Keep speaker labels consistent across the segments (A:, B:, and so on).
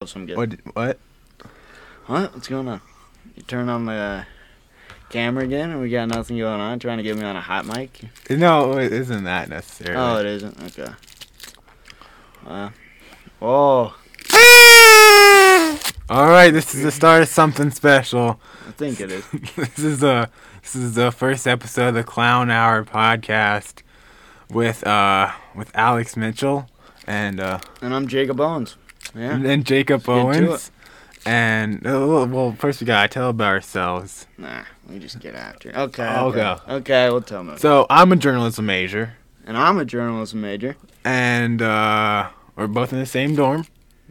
A: That's what I'm getting.
B: What? What?
A: What? What's going on? You turn on the camera again, and we got nothing going on. Trying to get me on a hot mic?
B: No, it isn't that necessary.
A: Oh, it isn't. Okay. Wow. Whoa.
B: All right, this is the start of something special.
A: I think it is.
B: this is the this is the first episode of the Clown Hour podcast with uh with Alex Mitchell and uh
A: And I'm Jacob Owens. Yeah.
B: and
A: Let's
B: Jacob
A: get to
B: Owens. And uh, well, well, first we gotta tell about ourselves.
A: Nah, we just get after it. Okay.
B: Okay.
A: Okay. Okay, we'll tell them.
B: So I'm a journalism major,
A: And I'm a journalism major.
B: and uh, we're both in the same dorm.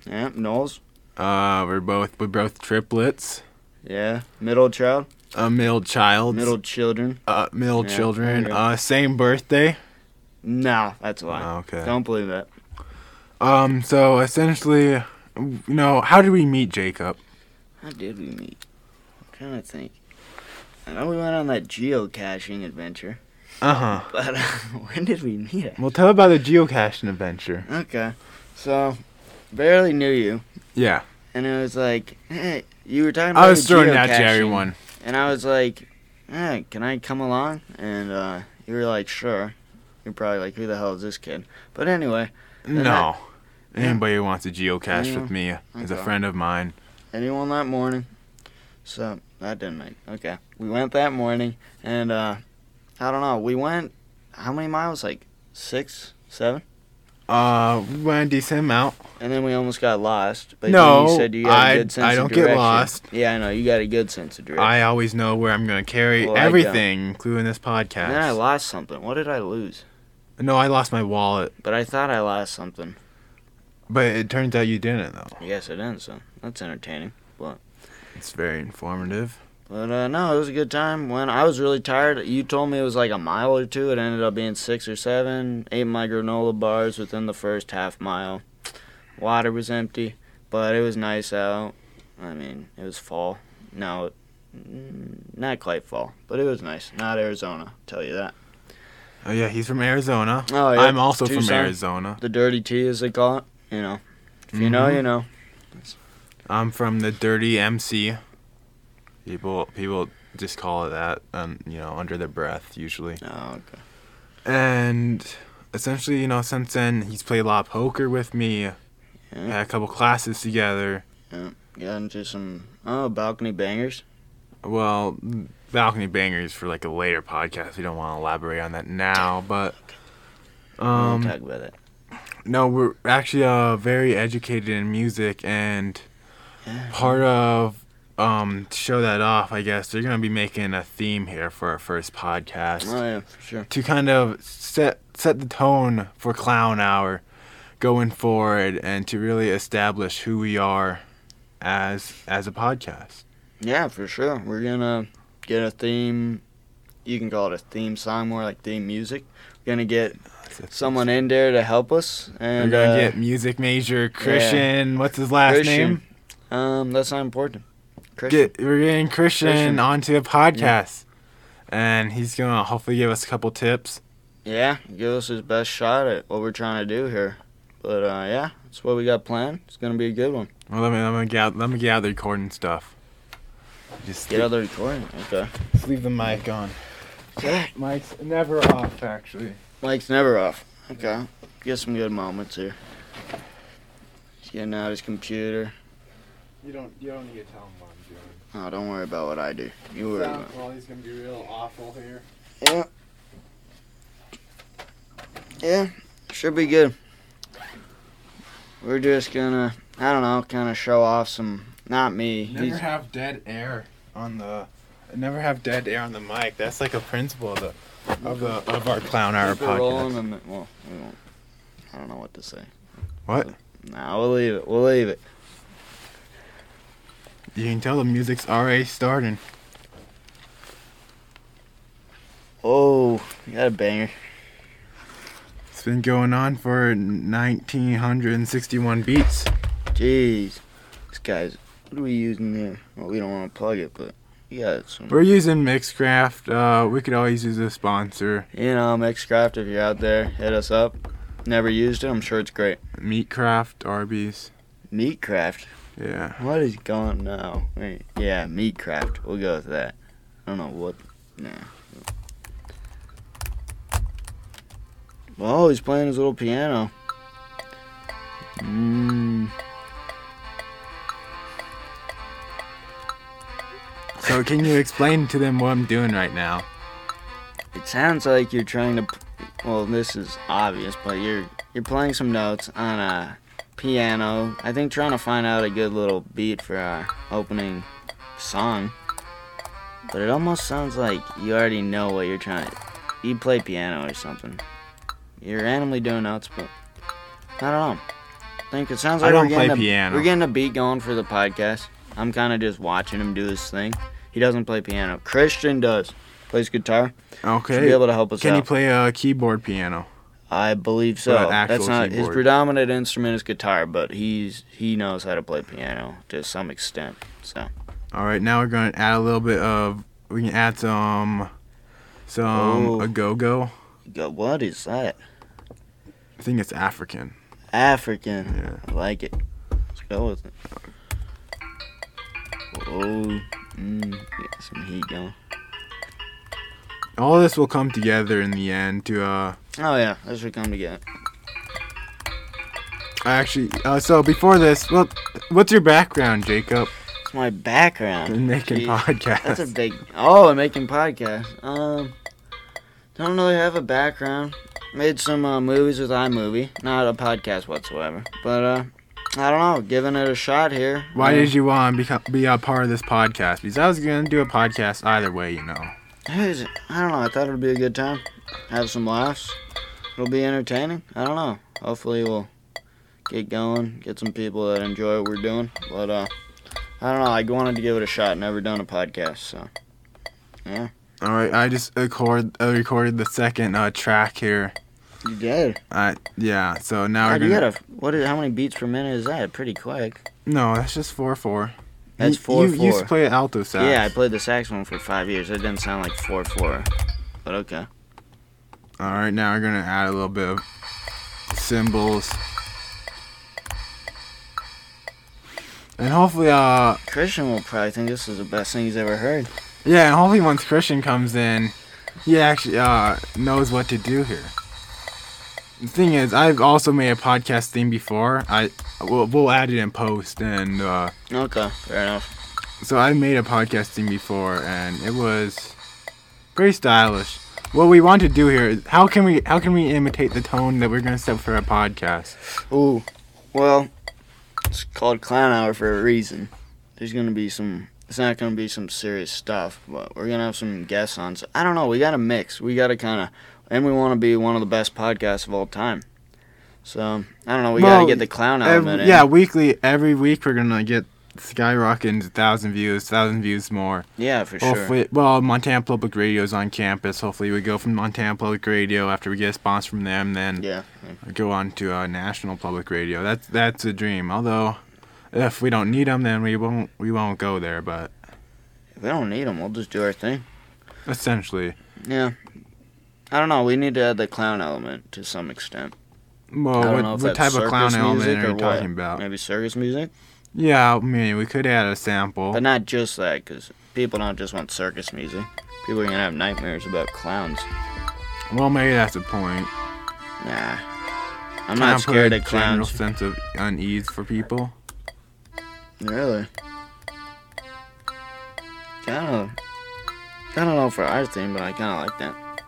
A: Yeah, Knowles.
B: Uh, we're both we're both triplets,
A: Yeah. Middle child.
B: a middle child,
A: Middle children.
B: uh, middle
A: Yeah,
B: children,
A: there you go.
B: uh, same birthday. Ah,
A: No, that's a lie.
B: Okay.
A: Don't believe that.
B: Um, so essentially, you know, how did we meet Jacob?
A: How did we meet? I'm trying to think. I know we went on that geocaching adventure,
B: Uh huh.
A: but uh, when did we meet?
B: Well, tell about the geocaching adventure.
A: Okay, so barely knew you,
B: Yeah,
A: and it was like, hey, you were talking about
B: I was
A: the
B: throwing that to
A: geocaching,
B: everyone.
A: and I was like, hey, can I come along? And uh, you were like, sure. You're probably like, who the hell is this kid? But anyway, Then
B: No, anybody who wants to geocache
A: Yeah.
B: with me is a
A: Okay.
B: friend of mine.
A: anyone that morning. So that didn't make okay. We went that morning, and uh, I don't know. We went how many miles? Like six, seven,
B: Uh, we went a decent amount.
A: and then we almost got lost. But then
B: No,
A: you said you had
B: I-
A: a good sense
B: I
A: of
B: don't get
A: direction.
B: lost.
A: Yeah, I know you got a good sense of direction.
B: I always know where I'm going to carry
A: Well, I
B: everything, including this
A: and then I
B: podcast.
A: lost something. What did I lose?
B: no, I lost my wallet,
A: But I thought I lost something.
B: but it turns out you didn't, though.
A: I guess I didn't. So that's entertaining.
B: It's very informative.
A: But uh, no, it was a good time. When I was really tired, you told me it was like a mile or two. It ended up being six or seven. Ate my granola bars within the first half mile. Water was empty, but it was nice out. I mean, it was fall. No, mm, not quite fall, but it was nice. Not Arizona, tell you that.
B: Oh yeah, he's from Arizona.
A: Oh, yeah,
B: I'm also from
A: Tucson.
B: Arizona.
A: The dirty tea, as they call it. You know, if you know,
B: Mhm.
A: you know.
B: I'm from the dirty MC. People, people just call it that. Um, you know, under their breath usually.
A: Oh, okay.
B: And essentially, you know, since then he's played a lot of poker with me.
A: Yeah.
B: Had a couple classes together.
A: Got into some oh balcony bangers.
B: Well, balcony bangers for like a later podcast. We don't want to elaborate on that now, but
A: Um,
B: um,
A: talk about it.
B: no, we're actually uh very educated in music, and
A: Yeah.
B: part of um to show that off, I guess they're gonna be making a theme here for our first podcast
A: Oh yeah, for sure.
B: to kind of set set the tone for Clown Hour going forward, and to really establish who we are as as a podcast.
A: Yeah, for sure. We're gonna get a theme. You can call it a theme song, more like theme music. We're gonna get someone in there to help us,
B: We're
A: and
B: gonna
A: uh,
B: get music major Christian. What's his last
A: Christian.
B: name?
A: Um, that's not important. Christian.
B: Get we're getting Christian,
A: Christian.
B: onto the podcast, and he's gonna hopefully give us a couple tips.
A: Yeah, give us his best shot at what we're trying to do here. But uh, yeah, that's what we got planned. It's gonna be a good one.
B: Well, let me let me get out, let me get out the recording stuff. Just
A: Get out the recording. Okay.
B: leave, leave the mic on.
A: Okay.
B: Mic's never off actually.
A: Mike's never off. Okay. Get some good moments here. He's getting out his computer.
B: You don't you don't need to tell him what I'm
A: Oh, don't worry about what I do. You worry about.
B: well, he's gonna be real awful here.
A: Yeah. Yeah, should be good. We're just gonna, I don't know, kind of show off some. Not me.
B: Never
A: He's,
B: have dead air on the. Never have dead air on the mic. That's like a principle of the of the of our clown hour
A: keep it
B: podcast.
A: rolling and then- well, we won't. I don't know what to say.
B: What?
A: Nah, we'll leave it. We'll leave it.
B: You can tell the music's already starting.
A: Oh, you got a banger.
B: It's been going on for 1961 beats.
A: Jeez, this guy's. What are we using there? Well, we don't want to plug it, but you got some.
B: We're using Mixcraft. Uh, we could always use a sponsor.
A: You know, Mixcraft, if you're out there, hit us up. Never used it. I'm sure it's great.
B: Meatcraft, Arby's.
A: Meatcraft.
B: Yeah.
A: What is going no? Wait, yeah, Meatcraft. We'll go with that. I don't know what. Nah. Oh, he's playing his little piano. Mm.
B: So can you explain to them what I'm doing right now?
A: It sounds like you're trying to. p- Well, this is obvious, but you're you're playing some notes on a piano. I think trying to find out a good little beat for our opening song. But it almost sounds like you already know what you're trying. to... You play piano or something. You're randomly doing notes, but I don't know. I think it sounds
B: I
A: like
B: don't
A: we're
B: play
A: getting a,
B: piano.
A: We're getting a beat going for the podcast. I'm kind of just watching him do his thing. He doesn't play piano. Christian does. Plays guitar. Should
B: Okay.
A: be able to help us
B: Can
A: out.
B: you play a keyboard piano?
A: I believe so.
B: Or an
A: That's
B: actual
A: not his
B: keyboard.
A: predominant instrument is guitar, but he's he knows how to play piano to some extent. So
B: All right. Now we're going to add a little bit of. We can add some. Some
A: Ooh.
B: a go go.
A: go, what is that?
B: I think it's African.
A: African.
B: Yeah.
A: I like it. Let's go with it. Oh, mm, got some heat going.
B: All this will come together in the end to uh
A: Oh yeah, this should come together.
B: actually uh so before this, well what's your background, Jacob,
A: It's my background.
B: in making
A: Jeez.
B: podcasts?
A: That's a big. Oh, I'm making podcasts. Um, don't really have a background. Made some uh, movies with iMovie. Not a podcast whatsoever. But uh, I don't know. Giving it a shot here.
B: Why
A: Um,
B: did you want to become, be a part of this podcast? Because I was gonna do a podcast either way, you know.
A: Hey, is it- I don't know. I thought it would be a good time. Have some laughs. It'll be entertaining. I don't know. Hopefully, we'll get going, get some people that enjoy what we're doing. But, uh, I don't know. I wanted to give it a shot. Never done a podcast, so.
B: All right, I just record uh, recorded the second uh, track here.
A: You did.
B: Uh, yeah, so now
A: How,
B: we're
A: do you
B: gonna.
A: got a, what is, how many beats per minute is that? Pretty quick.
B: No, that's just four four.
A: That's
B: You-
A: four
B: you,
A: four.
B: You used to play alto sax.
A: Yeah, I played the saxophone for five years. It didn't sound like four four, but okay.
B: All right, now we're gonna add a little bit of cymbals. And hopefully, uh,
A: Christian will probably think this is the best thing he's ever heard.
B: yeah, and hopefully once Christian comes in, he actually uh knows what to do here. The thing is, I've also made a podcast theme before. I we'll, we'll add it in post, and uh,
A: Okay, fair enough.
B: so I made a podcast theme before, and it was pretty stylish. What we want to do here is how can we how can we imitate the tone that we're gonna set for our podcast?
A: Ooh, well, it's called Clown Hour for a reason. There's gonna be some. It's not gonna be some serious stuff, but we're gonna have some guests on. So I don't know. We got to mix. We got to kind of, and we want to be one of the best podcasts of all time. So I don't know. We got
B: Well,
A: to get the clown
B: Ev-
A: element. in.
B: yeah, weekly, every week we're gonna get skyrocketing to thousand views, thousand views more.
A: yeah, for sure.
B: Hopefully, well, Montana Public Radio's on campus. Hopefully, we go from Montana Public Radio after we get a sponsor from them, then
A: Yeah.
B: go on to uh, National Public Radio. That's that's a dream. Although, if we don't need them, then we won't we won't go there. But
A: If we don't need them, we'll just do our thing.
B: essentially,
A: Yeah. I don't know. We need to add the clown element to some extent.
B: well,
A: I don't
B: Oh, what,
A: know if
B: what
A: that's
B: type
A: circus
B: of clown
A: music
B: element
A: or
B: are you
A: what.
B: talking about?
A: Maybe circus music,
B: Yeah, I mean, we could add a sample.
A: but not just that, because people don't just want circus music. People are gonna have nightmares about clowns.
B: well, maybe that's the point.
A: Nah, I'm
B: Kinda
A: not
B: put
A: scared
B: a
A: of
B: General
A: clowns.
B: sense of unease for people.
A: Really? Kind of. I don't know for our theme, but I kind of like that.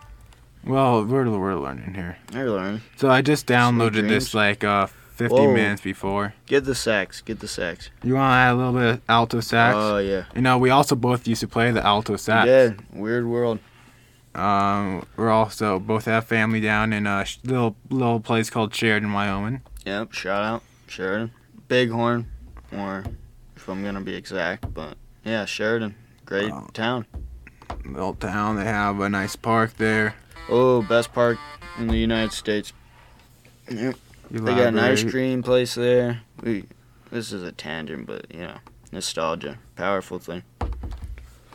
B: Well, we're we're learning here.
A: I learned.
B: So I just downloaded
A: dreams.
B: this like uh 50
A: Whoa.
B: minutes before.
A: Get the sax. Get the sax.
B: You want to add a little bit of alto sax?
A: Oh yeah.
B: you know, we also both used to play the alto
A: You
B: sax.
A: did. Weird world.
B: Um, we're also both have family down in a sh- little little place called Sheridan, Wyoming.
A: Yep, shout out Sheridan. Bighorn, or if I'm gonna be exact, but yeah, Sheridan, great
B: Wow.
A: town.
B: Little town. They have a nice park there.
A: Oh, best park in the United States. Yep.
B: You
A: They got an ice cream place there. We, this is a tangent, but you know, nostalgia, powerful thing.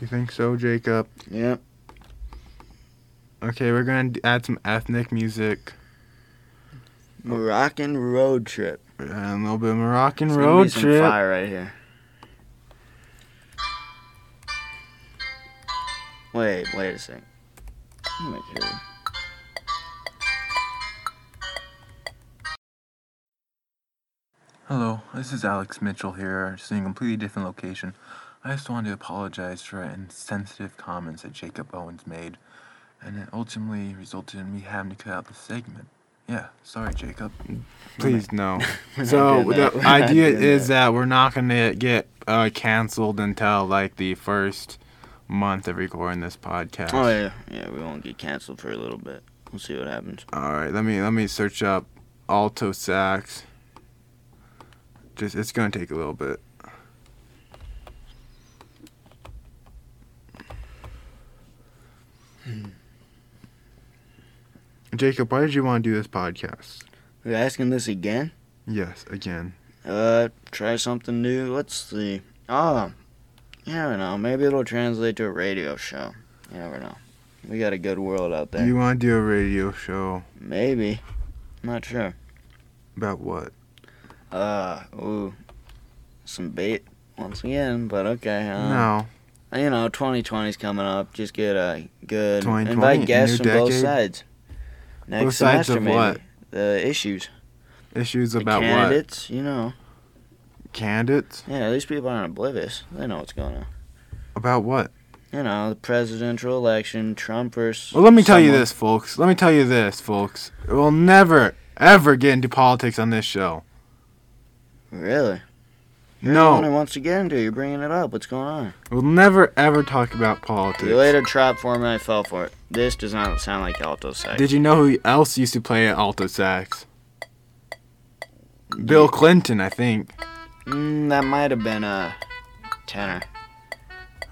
B: You think so, Jacob?
A: Yep.
B: Okay, we're gonna d- add some ethnic music.
A: Moroccan road trip.
B: And a little bit of Moroccan
A: It's gonna be
B: road
A: some
B: trip.
A: fire right here. Wait, wait a sec. Let me make sure.
C: Hello, this is Alex Mitchell here, just in a completely different location. I just wanted to apologize for insensitive comments that Jacob Owens made, and it ultimately resulted in me having to cut out the segment. Yeah, sorry, Jacob.
B: Please no.
A: We're not
B: so
A: doing that.
B: the
A: We're not
B: idea
A: doing
B: is that. we're not gonna get uh, canceled until like the first month of recording this podcast.
A: Oh yeah, yeah. We won't get canceled for a little bit. We'll see what happens.
B: All right, let me let me search up alto sax. Just it's gonna take a little bit. Hmm. Jacob, why did you want to do this podcast?
A: You're asking this again?
B: Yes, again.
A: Uh, try something new. Let's see. Oh, you never know. Maybe it'll translate to a radio show. You never know. We got a good world out there.
B: You want to do a radio show
A: Maybe. I'm not sure.
B: about what?
A: Uh, ooh, some bait once again. But okay. Uh,
B: no.
A: You know, 2020's coming up. Just get a good
B: 2020,
A: invite guests
B: new
A: from both
B: decade.
A: sides. Next
B: Both sides
A: semester,
B: of
A: maybe.
B: what?
A: The issues.
B: Issues
A: The
B: about what?
A: candidates, you know.
B: Candidates?
A: Yeah, these people aren't oblivious. They know what's going on.
B: About what?
A: You know, the presidential election, Trump versus.
B: Well, let me tell you
A: someone.
B: this, folks. Let me tell you this, folks. We'll never, ever get into politics on this show.
A: Really? You're The one who
B: No,
A: wants to get into it. You're bringing it up. What's going on?
B: we'll never, ever talk about politics.
A: You laid a trap for me. I fell for it. This does not sound like alto sax.
B: Did you know who else used to play at alto sax? Bill Clinton, I think.
A: Mm, that might have been a tenor.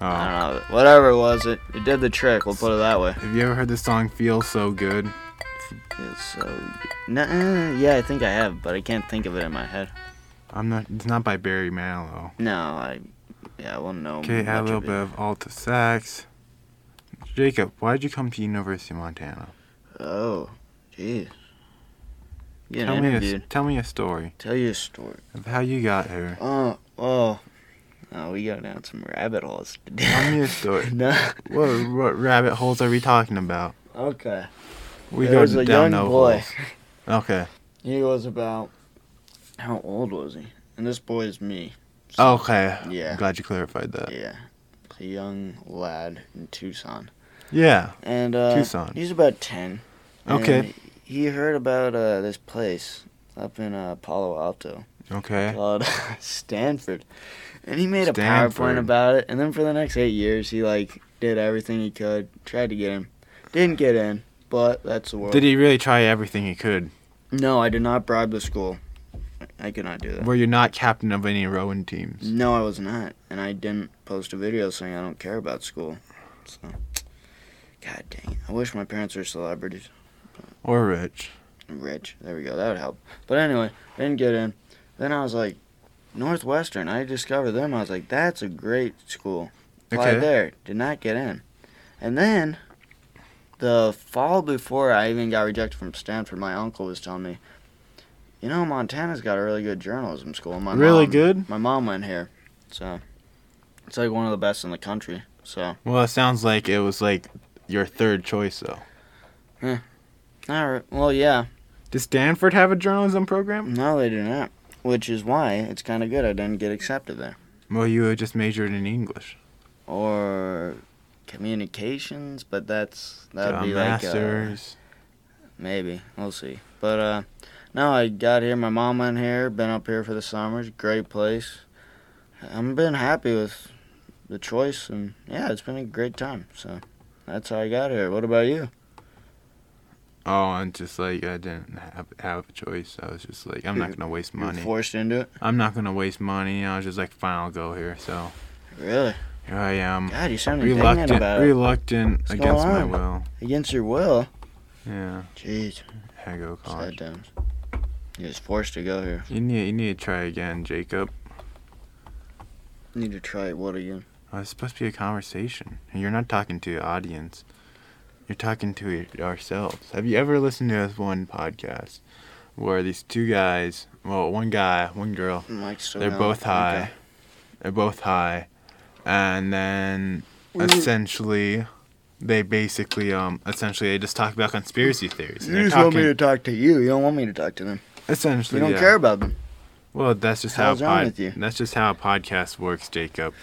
A: I
B: Oh.
A: don't know. Whatever it was, it, it did the trick. We'll put it that way.
B: Have you ever heard the song "Feel So Good"?
A: It's so. Nuh-uh. Yeah, I think I have, but I can't think of it in my head.
B: I'm not. It's not by Barry Manilow.
A: No, I. Yeah, I won't know.
B: Okay, add a
A: much
B: little
A: of
B: bit
A: it.
B: of alto sax. Jacob, why did you come to University of Montana?
A: Oh, jeez. Getting
B: Tell me, a,
A: interviewed.
B: tell me a story
A: Tell you a story.
B: of how you got here.
A: Oh, oh. Oh, we go down some rabbit holes today.
B: Tell me a story.
A: no.
B: What, what rabbit holes are we talking about?
A: Okay.
B: We
A: There was a young
B: no
A: boy.
B: holes. Okay.
A: He was about. How old was he? And this boy is me.
B: Okay.
A: Yeah.
B: Glad you clarified that.
A: Yeah. A young lad in Tucson.
B: Yeah.
A: And uh,
B: Tucson.
A: he's about 10. and
B: Okay.
A: He heard about uh, this place up in uh, Palo Alto
B: Okay.
A: called Stanford. And he made a
B: Stanford.
A: PowerPoint about it. And then for the next eight years, he like did everything he could, tried to get in. Didn't get in, but that's the world.
B: Did he really try everything he could?
A: No, I did not bribe the school. I could not do that.
B: Were you not captain of any rowing teams?
A: No, I was not, and I didn't post a video saying I don't care about school. So, God dang it! I wish my parents were celebrities.
B: Or rich?
A: Rich, there we go. That would help. But anyway, I didn't get in. Then I was like, Northwestern. I discovered them. I was like, that's a great school. Applied
B: Okay.
A: there. Did not get in. And then, the fall before I even got rejected from Stanford, my uncle was telling me, you know, Montana's got a really good journalism school. My
B: Really
A: mom-
B: good?
A: my mom went here, so it's like one of the best in the country. So
B: Well, it sounds like it was like your third choice, though.
A: all right, well, yeah,
B: Does Stanford have a journalism program?
A: no, they do not, which is why it's kind of good I didn't get accepted there.
B: Well, you had just majored in English.
A: Or communications, but that's
B: Got
A: that'd
B: a
A: be like uh,
B: master's.
A: maybe we'll see. But uh, no, I got here. My mom went here. Been up here for the summers. Great place. I'm been happy with the choice, and yeah, it's been a great time. So that's how I got here. What about you?
B: oh, and just like I didn't have, have a choice. I was just like, I'm not gonna waste
A: You were
B: money.
A: forced into it.
B: I'm not gonna waste money. I was just like, fine, I'll go here. So
A: Really?
B: here I am,
A: God, you sound indignant
B: reluctant,
A: about it.
B: reluctant
A: What's
B: against
A: going
B: my
A: on?
B: will.
A: Against your will.
B: Yeah,
A: Jeez,
B: I go
A: sad
B: college.
A: times. You're just forced to go here.
B: You need, you need to try again, Jacob.
A: You need to try it. What again?
B: Oh, it's supposed to be a conversation. You're not talking to your audience. You're talking to your- ourselves. Have you ever listened to this one podcast where these two guys, well, one guy, one girl,
A: Mike's still
B: they're
A: going.
B: both high.
A: Okay.
B: They're both high, and then essentially, they basically, um, essentially, they just talk about conspiracy theories. and
A: You
B: they're
A: just want me
B: talking-
A: to talk to you. You don't want me to talk to them.
B: essentially,
A: You don't
B: yeah.
A: care about them.
B: Well, that's just
A: Hell's
B: how
A: wrong
B: pod-
A: with you? Mm.
B: that's just how a podcast works, Jacob.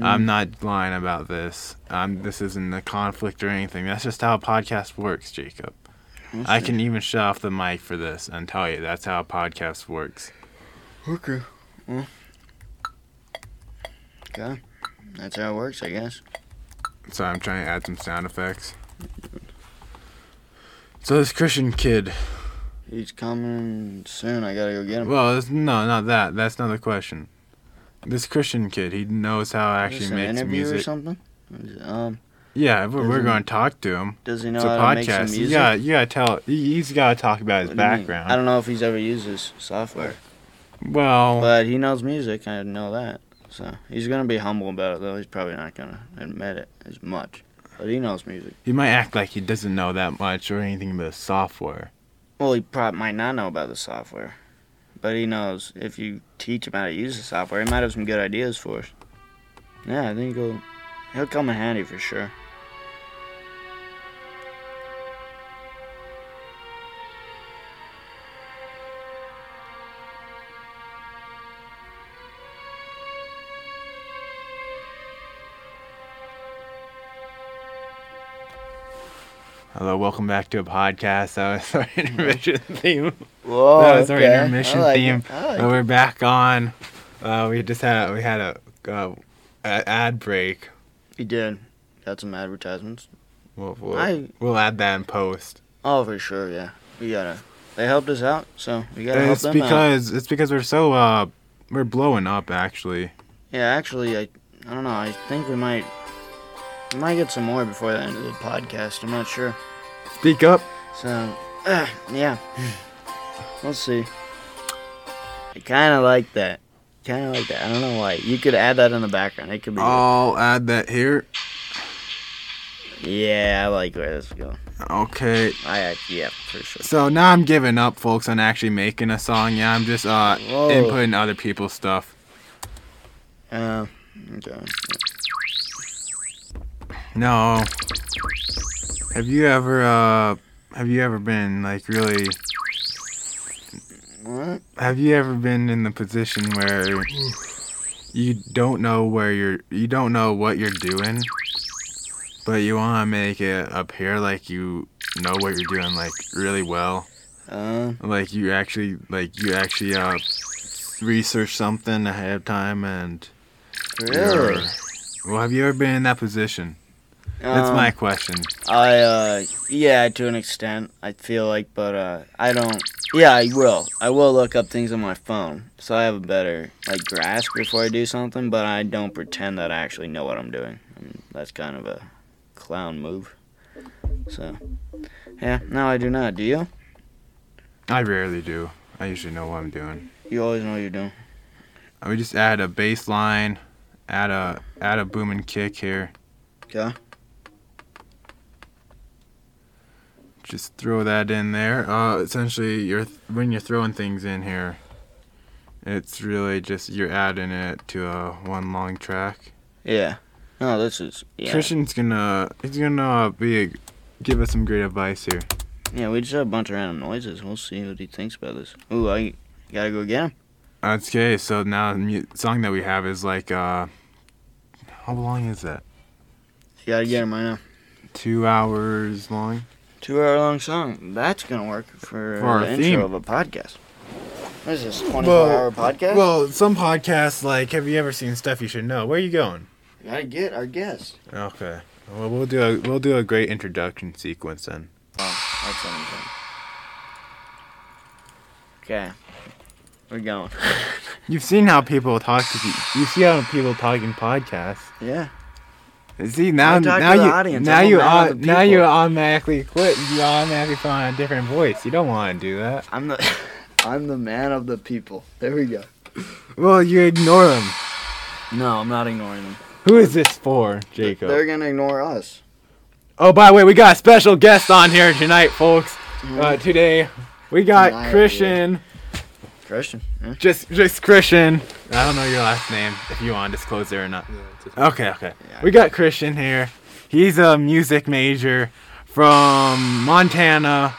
B: I'm not lying about this. Um, this isn't a conflict or anything. That's just how a podcast works, Jacob. I can even shut off the mic for this and tell you that's how a podcast works.
A: Okay. Well. Mm. Okay. That's how it works, I guess.
B: So I'm trying to add some sound effects. So this Christian kid.
A: He's coming soon. I gotta go get him.
B: Well, it's, no, not that. That's not the question. This Christian kid, he knows how to
A: Is
B: actually
A: this an
B: makes
A: interview or
B: music.
A: something? Is- Um,
B: Yeah, but we're
A: Isn't-
B: going to talk to him.
A: does he know
B: it's a
A: how to make some
B: podcast.
A: music?
B: You gotta, you gotta tell. he- He's gotta talk about his
A: What do you mean? I
B: background.
A: don't know if he's ever used his software,
B: Well,
A: but he knows music. I know that. So he's gonna be humble about it, though. He's probably not gonna admit it as much, but he knows music.
B: he might act like he doesn't know that much or anything about software.
A: Well, he probably might not know about the software, but he knows if you teach him how to use the software, he might have some good ideas for us. Yeah, I think he'll he'll come in handy for sure.
B: Hello, welcome back to a podcast. That was our intermission theme.
A: Whoa,
B: that was our intermission theme. Uh, we're back on. Uh, we just had a, we had a, uh, a ad break.
A: He did. Got some advertisements.
B: We'll, we'll,
A: I-
B: we'll add that in post.
A: Oh, for sure, yeah. We gotta. They helped us out, so we gotta
B: it's
A: help them out.
B: because it's because we're so uh we're blowing up actually.
A: Yeah, actually, I, I don't know. I think we might, we might get some more before the end of the podcast. I'm not sure.
B: Speak up.
A: So, uh, yeah, we'll see. I kind of like that. Kind of like that. I don't know why. You could add that in the background. It could be.
B: I'll add that here.
A: Yeah, I like where this is going.
B: Okay.
A: I act. Yeah, for sure.
B: So now I'm giving up, folks, on actually making a song. Yeah, I'm just uh
A: Whoa.
B: inputting other people's stuff.
A: Uh, okay.
B: No. Have you ever uh have you ever been like really
A: What?
B: have you ever been in the position where you don't know where you're you don't know what you're doing but you want to make it appear like you know what you're doing like really well
A: Uh,
B: like you actually like you actually uh research something ahead of time and
A: really?
B: You're- Well, have you ever been in that position? That's
A: Um,
B: my question.
A: I uh yeah, to an extent, I feel like, but uh I don't yeah, I will. I will look up things on my phone. So I have a better like grasp before I do something, but I don't pretend that I actually know what I'm doing. I mean, that's kind of a clown move. So yeah, no I do not. Do you?
B: I rarely do. I usually know what I'm doing.
A: You always know what you're doing.
B: I would just add a bass line, add a add a boom and kick here.
A: Okay.
B: Just throw that in there. Uh, essentially, you're th- when you're throwing things in here, it's really just you're adding it to a one long track.
A: Yeah. No, this is yeah.
B: Christian's gonna he's gonna uh, be a, give us some great advice here.
A: Yeah, we just have a bunch of random noises. We'll see what he thinks about this. Ooh, I gotta go get him.
B: Okay, so now the mu- song that we have is like uh, how long is that?
A: You gotta get him right now.
B: two hours long.
A: Two hour long song. That's gonna work for,
B: For our
A: the
B: theme.
A: intro of a podcast. What is this? Twenty four hour podcast?
B: Well, some podcasts like have you ever seen stuff you should know? Where are you going?
A: gotta get our guest.
B: Okay. Well, we'll do a we'll do a great introduction sequence then.
A: That's amazing. Okay. We're going.
B: You've seen how people talk to pe- you see how people talk in podcasts.
A: Yeah.
B: See now
A: talk to
B: now
A: the
B: you
A: audience.
B: now
A: I'm
B: you
A: around
B: au-
A: the
B: now you
A: people.
B: automatically quit. You automatically find a different voice. You don't want to do that.
A: I'm the I'm the man of the people. There we go.
B: Well, you ignore them.
A: No, I'm not ignoring them.
B: Who is this for, Jacob?
A: They're gonna ignore us. Mm.
B: Oh, by the way, we got a special guest on here tonight, folks. Uh, today, We got
A: Not
B: Christian.
A: Christian. yeah.
B: Just just Christian. I don't know your last name if you want to disclose it or not. Okay, okay.
A: Yeah.
B: We got Christian here. He's a music major from Montana.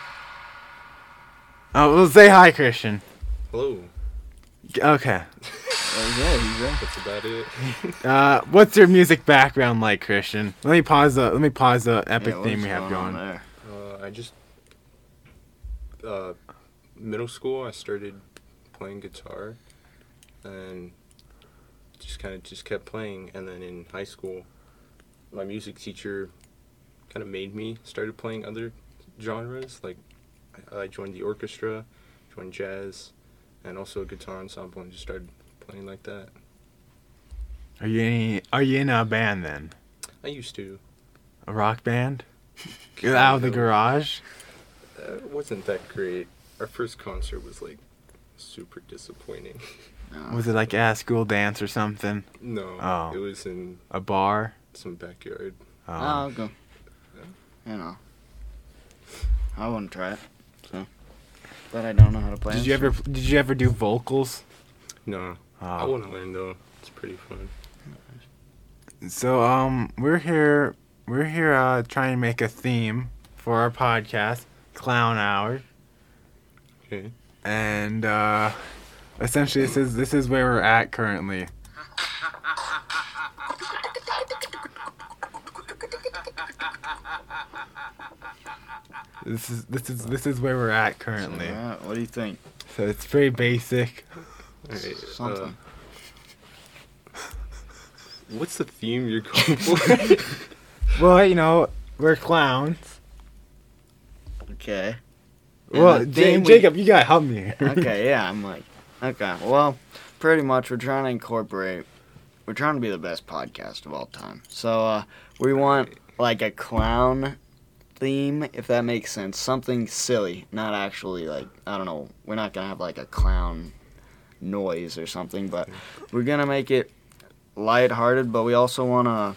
B: Oh, well, say hi, Christian.
D: Hello.
B: Okay.
A: Oh, yeah, he's right.
D: That's about it.
B: Uh, what's your music background like, Christian? Let me pause the let me pause the epic
A: Yeah,
B: theme
A: what's
B: we have
A: on
B: going.
A: there?
D: Uh, I just uh, middle school. I started playing guitar, and just kind of just kept playing. And then in high school, my music teacher kind of made me started playing other genres. Like I- I joined the orchestra, joined jazz, and also a guitar ensemble, and just started playing like that.
B: Are you any, are you in a band then?
D: I used to.
B: A rock band? Get out of the garage?
D: Uh, it wasn't that great. Our first concert was like super disappointing.
B: Was it like at a school dance or something?
D: No,
B: Oh.
D: it was in
B: A bar?
D: some backyard.
B: Um,
A: Oh, okay. You know, I wouldn't try it. So, but I don't know how to play.
B: Did
A: it,
B: you
A: so-
B: ever did you ever do vocals?
D: No, I
B: Oh.
D: want to learn though. It's pretty fun.
B: So um we're here we're here uh trying to make a theme for our podcast, Clown Hour.
D: Okay.
B: And uh essentially this is this is where we're at currently. This is this is this is where we're at currently.
A: Yeah, what do you think?
B: So it's pretty basic. Uh,
D: All right. uh,
A: Something.
D: what's the theme you're going for?
B: Well, you know, we're clowns. uh,
A: Okay. And
B: Well,
A: the
B: Ja-
A: theme we-
B: Jacob, you gotta help me. here.
A: okay, yeah, I'm like, okay, well, pretty much we're trying to incorporate, we're trying to be the best podcast of all time. So, uh, we want like a clown theme, if that makes sense. Something silly, not actually like, I don't know, we're not going to have like a clown noise or something, but we're going to make it lighthearted, but we also want to,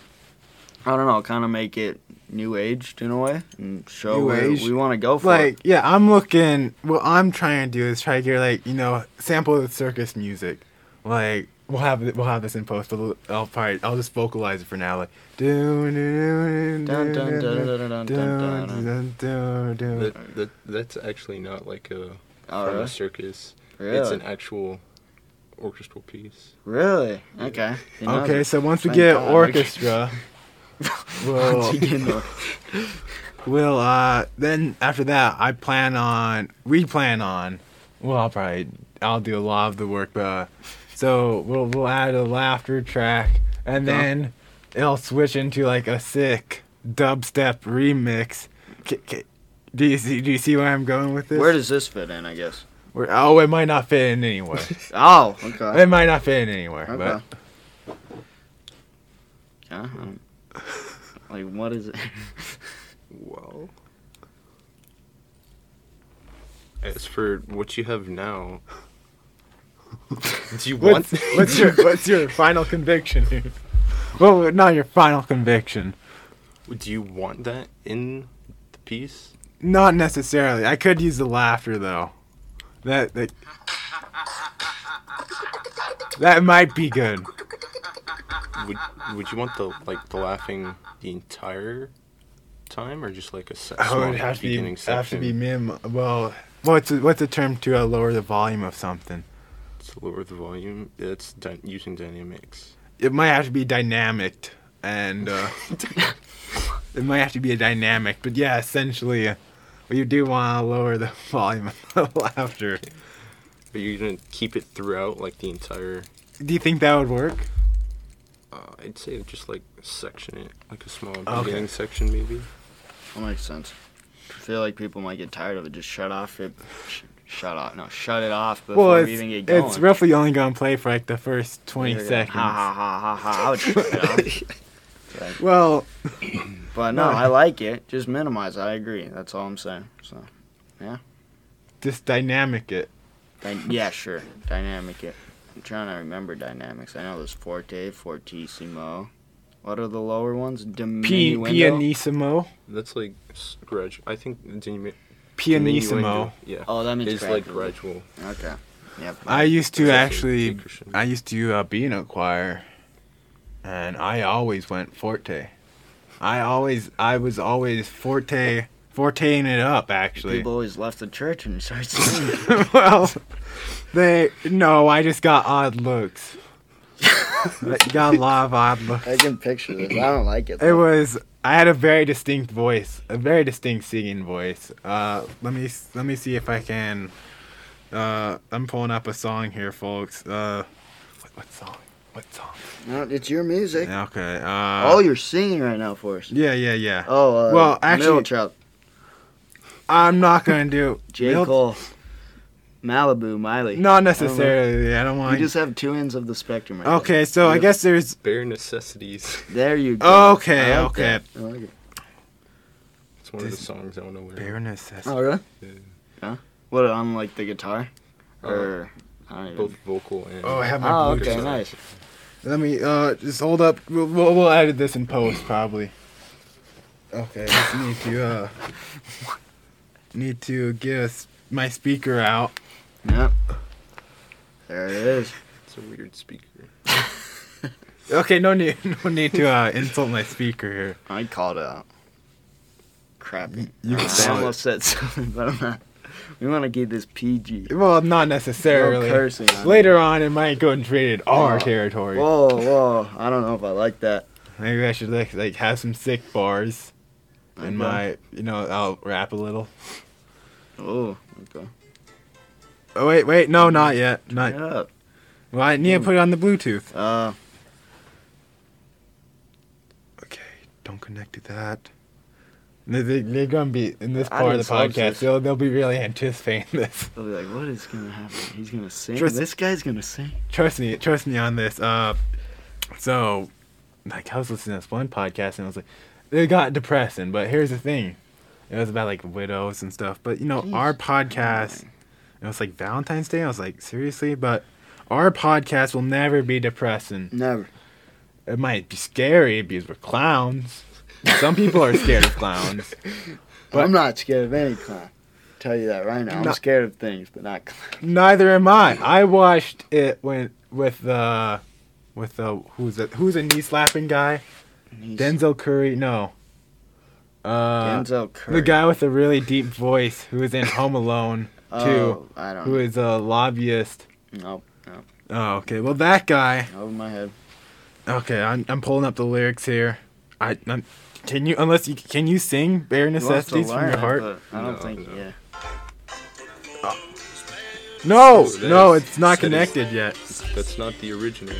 A: I don't know, kind of make it new aged in a way and show
B: New
A: where
B: age?
A: we want to go for it.
B: like, yeah, I'm looking. What I'm trying to do is try to get like, you know, sample the circus music. Like, we'll have it- we'll have this in post, but we'll- I'll probably I'll just vocalize it for now. Like, dun, dun,
A: Dun, dun,
B: dun,
A: dun,
B: dun, dun,
A: dun, dun, dun, dun,
B: dun,
A: dun.
B: dun, dun, dun.
D: that, that, that's actually not like a
A: Oh,
D: from
A: really?
D: a circus.
A: Really?
D: It's an actual orchestral piece.
A: Really? Okay. You know,
B: Okay, so once we
A: Thank
B: get
A: God.
B: orchestra,
A: once
B: we'll
A: you get the-
B: Well, uh, then after that, I plan on we plan on. Well, I'll probably I'll do a lot of the work, but uh, so we'll we'll add a laughter track, and then it'll switch into like a sick dubstep remix. K- k- do you see? Do you see where I'm going with this?
A: where does this fit in? I guess.
B: Where- oh, it might not fit in anywhere.
A: Oh, okay.
B: it might not fit in anywhere.
A: Okay.
B: But
A: Yeah, I don't- like what is it?
D: Well. As for what you have now, do you want?
B: what's, what's your what's your final conviction? here? Well, not your final conviction.
D: do you want that in the piece?
B: Not necessarily. I could use the laughter though. That that that might be good.
D: Would Would you want the like the laughing the entire time, or just like a se-
B: Oh,
D: small
B: it has to
D: beginning
B: be have to
D: section
B: be mim. Well, what's the- what's the term to uh, lower the volume of something?
D: to lower the volume? It's dy- using dynamics.
B: It might have to be dynamic, and uh, it might have to be a dynamic. But yeah, essentially, uh, you do want to lower the volume of laughter.
D: But you're gonna keep it throughout, like the entire.
B: Do you think that would work?
D: Uh, I'd say just like section it, like a small
B: Okay.
D: beginning section maybe.
A: That makes sense. I feel like people might get tired of it. Just shut off it. Sh- shut off. No, shut it off before
B: Well,
A: we
B: it's,
A: even get going.
B: it's roughly only going to play for like the first 20
A: You're gonna-
B: seconds.
A: Ha ha ha ha ha. I would shut it off.
B: Well,
A: But no, I like it. Just minimize. it. I agree. That's all I'm saying. So,
B: just dynamic it.
A: Dy- yeah, sure. Dynamic it. I'm trying to remember dynamics. I know there's forte, fortissimo. What are the lower ones?
B: P-
A: Diminuendo.
B: pianissimo.
D: That's like s- grudge. I think dyna-
B: pianissimo.
D: Diminuendo, Yeah.
A: Oh, that means
D: It's like
A: gradual.
D: gradual.
A: Okay. Yep.
B: I used to
D: It's
B: actually,
D: decrescendo.
B: I used to uh, be in a choir, and I always went forte. I always, I was always forte, forteing it up actually.
A: People always left the church and started singing.
B: well, they no, I just got odd looks. I got a lot of odd looks.
A: I can picture this. I don't like it.
B: It was. I had a very distinct voice, a very distinct singing voice. Uh, let me let me see if I can. Uh, I'm pulling up a song here, folks. Uh, what, what song? What song?
A: No, it's your music.
B: Okay. Uh,
A: oh, you're singing right now for us.
B: yeah, yeah, yeah.
A: Oh, uh,
B: Well, actually-
A: middle child,
B: I'm not gonna do
A: J.
B: Mil-
A: Cole, Malibu, Miley.
B: Not necessarily. I don't
A: You
B: want.
A: just have two ends of the spectrum. Right
B: Okay, so I
A: Yep.
B: guess there's.
D: Bare necessities.
A: There you go.
B: Okay,
A: I like
B: okay.
A: that. I like it.
D: It's one of
B: This-
D: the songs I don't know where.
B: Bare necessity.
A: Oh, really?
D: Yeah.
A: Huh? What on like the guitar?
D: Uh,
B: Uh-huh.
A: Or I don't even.
D: Both vocal and.
B: Oh, I have my
A: oh,
B: Bluetooth.
A: okay,
D: on.
A: nice.
B: Let me uh just hold up. We'll we'll, we'll edit this in post probably. Okay, just need to uh need to get a s my speaker out.
A: Yep. There it is.
D: It's a weird speaker.
B: Okay, no need no need to uh insult my speaker here.
A: I called it out. Crappy.
B: You can
A: I
B: sell
A: almost said something, but I'm not. We want to keep this PG.
B: Well, not necessarily.
A: No cursing on
B: Later on, it might go into rated R
A: Oh.
B: territory.
A: Whoa, whoa! I don't know if I like that.
B: Maybe I should like, like have some sick bars
A: Okay.
B: in my you know I'll rap a little.
A: Oh, okay.
B: Oh wait, wait, no, not yet, not.
A: Yeah. Hmm.
B: Well, I need to put it on the Bluetooth.
A: Uh,
B: Okay, don't connect to that. They, they, they're gonna be in this
A: I
B: part of
A: didn't
B: the
A: solve
B: podcast.
A: this.
B: They'll, they'll be really anticipating this.
A: they'll be like, "What is gonna happen? He's gonna sing.
B: Trust-
A: this guy's gonna sing."
B: Trust me, trust me on this. Uh, so, like, I was listening to this one podcast and I was like, it got depressing. But here's the thing, it was about like widows and stuff. But you know, our
A: Jeez.
B: podcast, it was like Valentine's Day. I was like, seriously, but our podcast will never be depressing.
A: Never.
B: It might be scary because we're clowns. Some people are scared of clowns. But-
A: I'm not scared of any clown. Tell you that right now. I'm
B: No.
A: scared of things, but not clown.
B: Neither am I. I watched it when with the with the who's a who's a knee slapping guy? Denzel Curry. No. Uh,
A: Denzel Curry.
B: The guy with the really deep voice who is in Home Alone,
A: Oh, I don't.
B: who is a lobbyist.
A: Nope. Nope.
B: Oh, okay. Well, that guy.
A: Over my head.
B: Okay, I'm, I'm pulling up the lyrics here. I I'm, can you unless you can you sing bare
A: He wants to
B: necessities from
A: learn
B: your
A: it,
B: heart?
A: but I don't
D: No,
A: think.
D: no.
A: Yeah.
B: No,
D: It
B: no,
D: is.
B: it's not
D: It is.
B: connected yet.
D: That's not the original.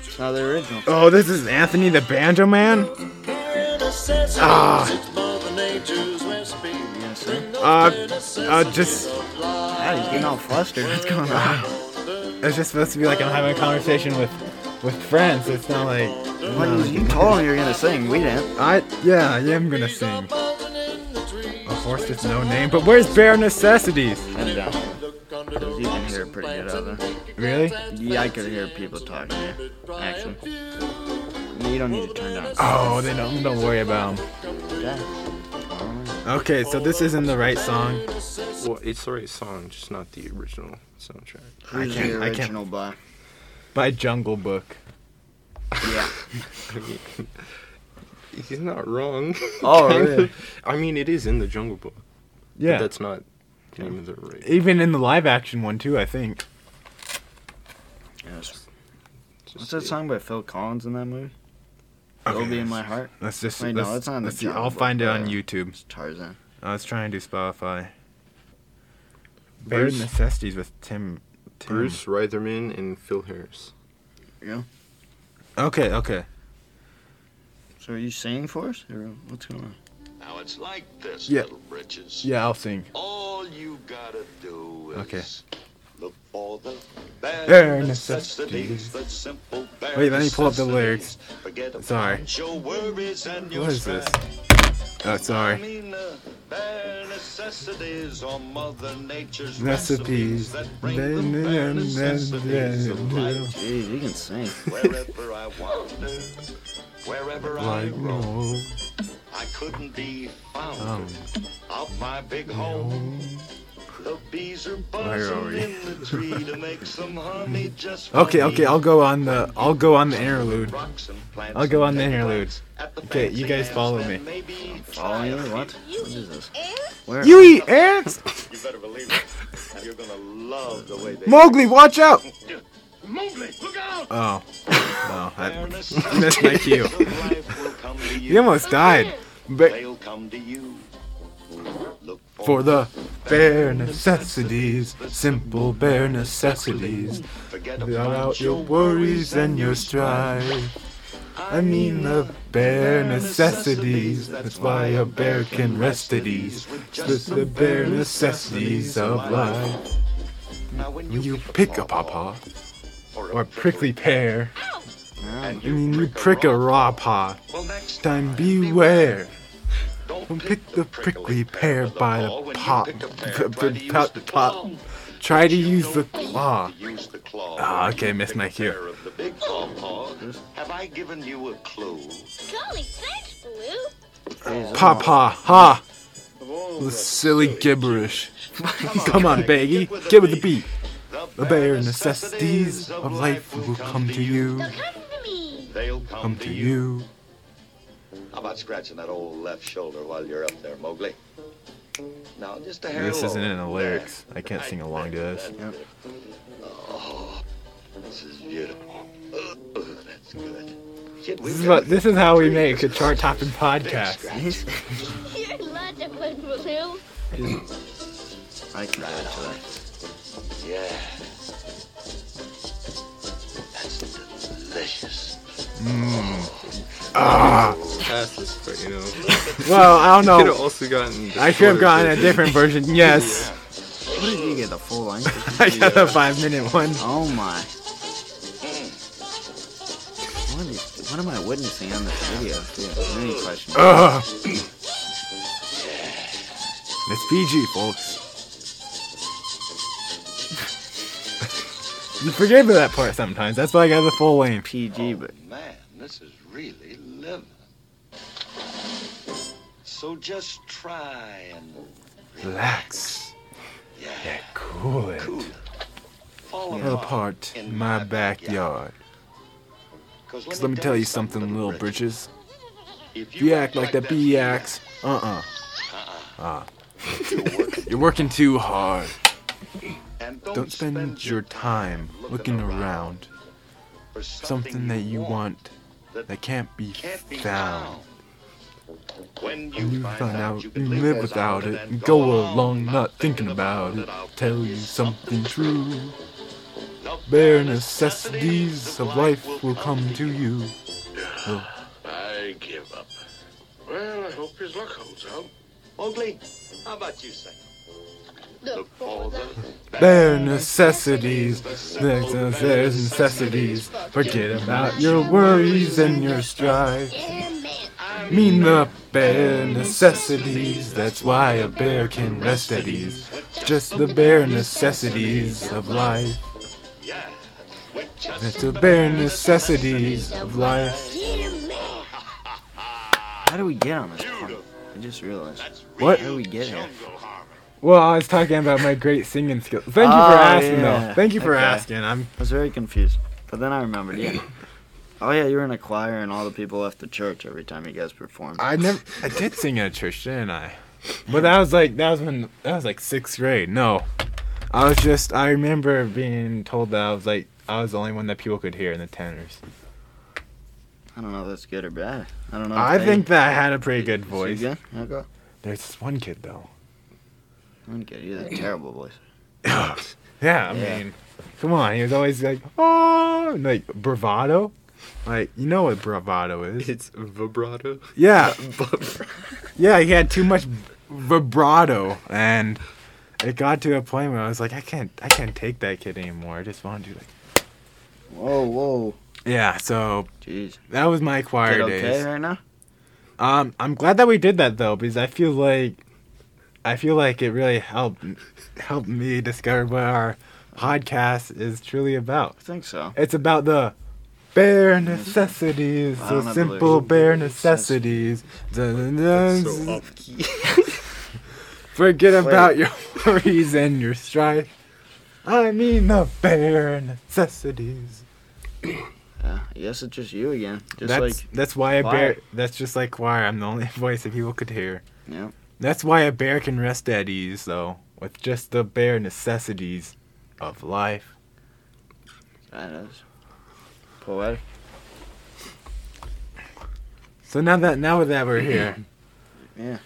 A: It's not the original.
B: Oh, this is Anthony the Banjo Man. Ah,
A: You gonna sing?
B: uh, uh, just
A: God, he's getting all flustered. What's going on?
B: it's just supposed to be like I'm having a conversation with with friends. It's not like
A: What, you, you told him you were gonna sing. We didn't.
B: I yeah I am gonna sing. Of course, there's no name, but where's bare necessities?
A: I'm down. 'Cause you can hear it pretty good out there.
B: Really?
A: Yeah, I could hear people talking here. Actually. No, you don't need to turn down.
B: Oh, then don't don't worry about 'em.
A: Okay.
B: Okay, so this isn't the right song.
D: Well, it's the right song, just not the original soundtrack.
A: Who's
B: can't-
A: the
B: I can't-
A: original by?
B: By Jungle Book.
A: Yeah.
D: I mean, he's not wrong.
A: Oh,
D: Kind
A: really?
D: of. I mean, it is in the Jungle Book. But
B: Yeah.
D: that's not the name of the right.
B: Even in the live action one too, I think.
A: Yes. What's
D: it's just
A: that
D: it.
A: song by Phil Collins in that movie? It'll be in my heart.
B: Let's just
A: Wait, no,
B: let's,
A: it's on the
B: let's see. I'll
A: Jungle Book,
B: find it on
A: uh,
B: YouTube.
A: It's Tarzan.
B: I was trying to do Spotify. Bare
D: Bruce-
B: necessities with Tim. Tim.
D: Bruce Reitherman and Phil Harris.
B: Okay, okay.
A: So are you singing for us, or what's going on?
E: Now it's like this,
B: Yeah.
E: little britches.
B: Yeah, I'll sing.
E: All you gotta do is
B: Okay.
E: look for the bare,
B: Bare
E: necessities, the simple bare
B: Wait, let me pull up the
E: necessities. Forget about
B: Sorry.
E: your worries and your
B: What is this?
E: strife.
B: Oh,
E: I
B: sorry.
E: mean, the bare necessities are Mother Nature's
B: Recipes.
E: recipes, that bring the bare necessities of life.
A: Jeez, you can sing.
E: Wherever I wander, wherever I
B: Like
E: roam,
B: no.
E: I couldn't be found
C: Um,
B: Oh.
E: out my big home. The bees are
B: are
E: buzzing
B: we?
E: in the tree to make some honey just for
B: Okay,
E: me.
B: okay, I'll go on the I'll go on the interlude.
E: Rocks and plants
B: I'll go on the
E: and
B: interlude.
E: plants at the
B: Okay, you
E: fancy
B: guys
E: house
B: follow
E: and
B: me.
E: maybe
A: Oh,
E: try a
A: yeah,
E: few.
A: what? What is this? Where?
B: You eat ants,
E: You better believe it. And you're gonna love the way they
B: Mowgli. Watch out!
E: Mowgli, look out!
B: Oh, no, I,
E: Fairness
B: missed my cue.
E: of life will come to you.
B: he almost died. But
E: They'll come to you. Look
B: for the bare necessities, simple bare necessities,
E: forget
B: Cut out your worries and your strife. I mean the bare necessities. That's why a bear can rest at ease. Just the bare necessities of life.
E: Now when
B: When you pick a pawpaw or a prickly pear,
E: and
B: I mean you prick a raw paw.
E: Well, next
B: Time beware.
E: Don't
B: Don't pick the prickly pear by
E: paw.
B: the
E: When you
B: pot.
E: pick
B: p-
E: a pear, try to
B: p-
E: use
B: pot-
E: the
B: pot-
E: claw.
B: Try to use the
E: Don't need
B: claw.
E: to use the claw.
B: Ah,
E: When
B: okay,
E: you
B: missed
E: pick
B: my
E: a
B: cue.
E: pair of the big paw paw. Have I given you a clue?
F: Golly, thanks, Blue.
B: Pawpaw, ha! The silly gibberish. Come on, baggy, get with the beat. The bare necessities of life will come to you.
F: They'll come to me.
E: They'll come,
B: Come to you.
E: How about scratching that old left shoulder while you're up there, Mowgli? Now, just a hair
C: this isn't
E: lower.
C: in the lyrics. I can't sing along to this.
E: Oh, This is beautiful. Oh, that's good. Kid,
B: This
E: we've
B: is
E: got
B: what this is how we make a chart topping podcast.
E: scratch.
F: You're lots of fun, Blue.
A: I can do it today.
E: Yeah. That's delicious.
D: Pass this, but you know.
B: Well, I don't
D: Could have
B: know.
D: also gotten. the
B: I could have
D: shorter
B: gotten a
D: version.
B: different version. Yes,
A: What did you get the full length?
B: I got a five minute one.
A: Oh my. What, is, what am I witnessing on this video? Dude, any question?
B: Ugh. It's PG, folks. you forgive me that part sometimes. That's why I got the full length.
A: PG, but
E: Man, this is really living. So just try and
B: Relax.
E: yeah,
B: Yeah, cool it.
E: cool it. Fall
B: Another
E: apart.
B: part in my backyard. Cause let me tell you something, little Bridges. If you act like that bee acts, uh-uh. Uh. You're working too hard.
E: and
B: Don't spend your time looking around
E: for
B: for something that you want that can't be
E: can't be
B: found.
E: When
B: And
E: you
B: you
E: find out
B: you live without it and go along not thinking about it. Tell you something true.
E: The
B: Bare necessities of life will come to you.
E: I give up. Well, I hope his luck holds out. Mowgli, how about you say? Look for the
B: Bare necessities, there's, there's necessities. Forget about your worries and your strife.
F: Yeah, man.
B: Mean the bare necessities, that's why a bear can rest at ease. Just the bare necessities of life.
E: yeah. With just
B: That's the bare necessities of life.
F: Yeah, man.
A: how do we get on this point?
E: beautiful.
A: I just realized.
E: That's
B: What?
A: How do we get here?
E: jungle harmony.
B: Well, I was talking about my great singing skills. Thank you
A: Oh,
B: for asking,
A: yeah.
B: though. Thank you for
A: Okay.
B: asking. I'm
A: I was very confused, but then I remembered. Yeah. Oh yeah, you were in a choir, and all the people left the church every time you guys performed.
B: I never I did sing at a church, didn't I? But that was like that was when that was like sixth grade. No, I was just I remember being told that I was like I was the only one that people could hear in the tenors.
A: I don't know if that's good or bad. I don't know. if
B: I
A: they-
B: think that I had a pretty good
A: Is it
B: voice.
A: Good? Okay.
B: There's this one kid though.
A: I don't get it. You have a terrible voice.
B: Yeah, I
A: Yeah.
B: mean, come on. He was always like, oh, and, like bravado. Like you know what bravado is?
D: It's vibrato.
B: Yeah, yeah. He had too much vibrato, and it got to a point where I was like, I can't, I can't take that kid anymore. I just want to like.
A: Whoa, whoa.
B: Yeah, so
A: Jeez.
B: that was my
A: Is
B: choir
A: it okay
B: days.
A: right now?
B: Um, I'm glad that we did that though, because I feel like, I feel like it really helped helped me discover what our podcast is truly about.
A: I think so.
B: It's about the Bare
A: Mm-hmm.
B: necessities,
A: I
B: so
A: don't have the
B: simple,
A: lyrics.
B: bare necessities. Dun, dun, dun.
D: So off key.
B: Forget
A: Wait.
B: about your worries and your strife. I mean the bare necessities.
A: Yeah, I guess it's just you again. Just
B: that's
A: like
B: that's why a
A: why-
B: bear. That's just like why I'm the only voice that people could hear.
A: Yeah.
B: That's why a bear can rest at ease, though, with just the bare necessities of life.
A: that is poetic.
B: So now that now that we're here,
A: You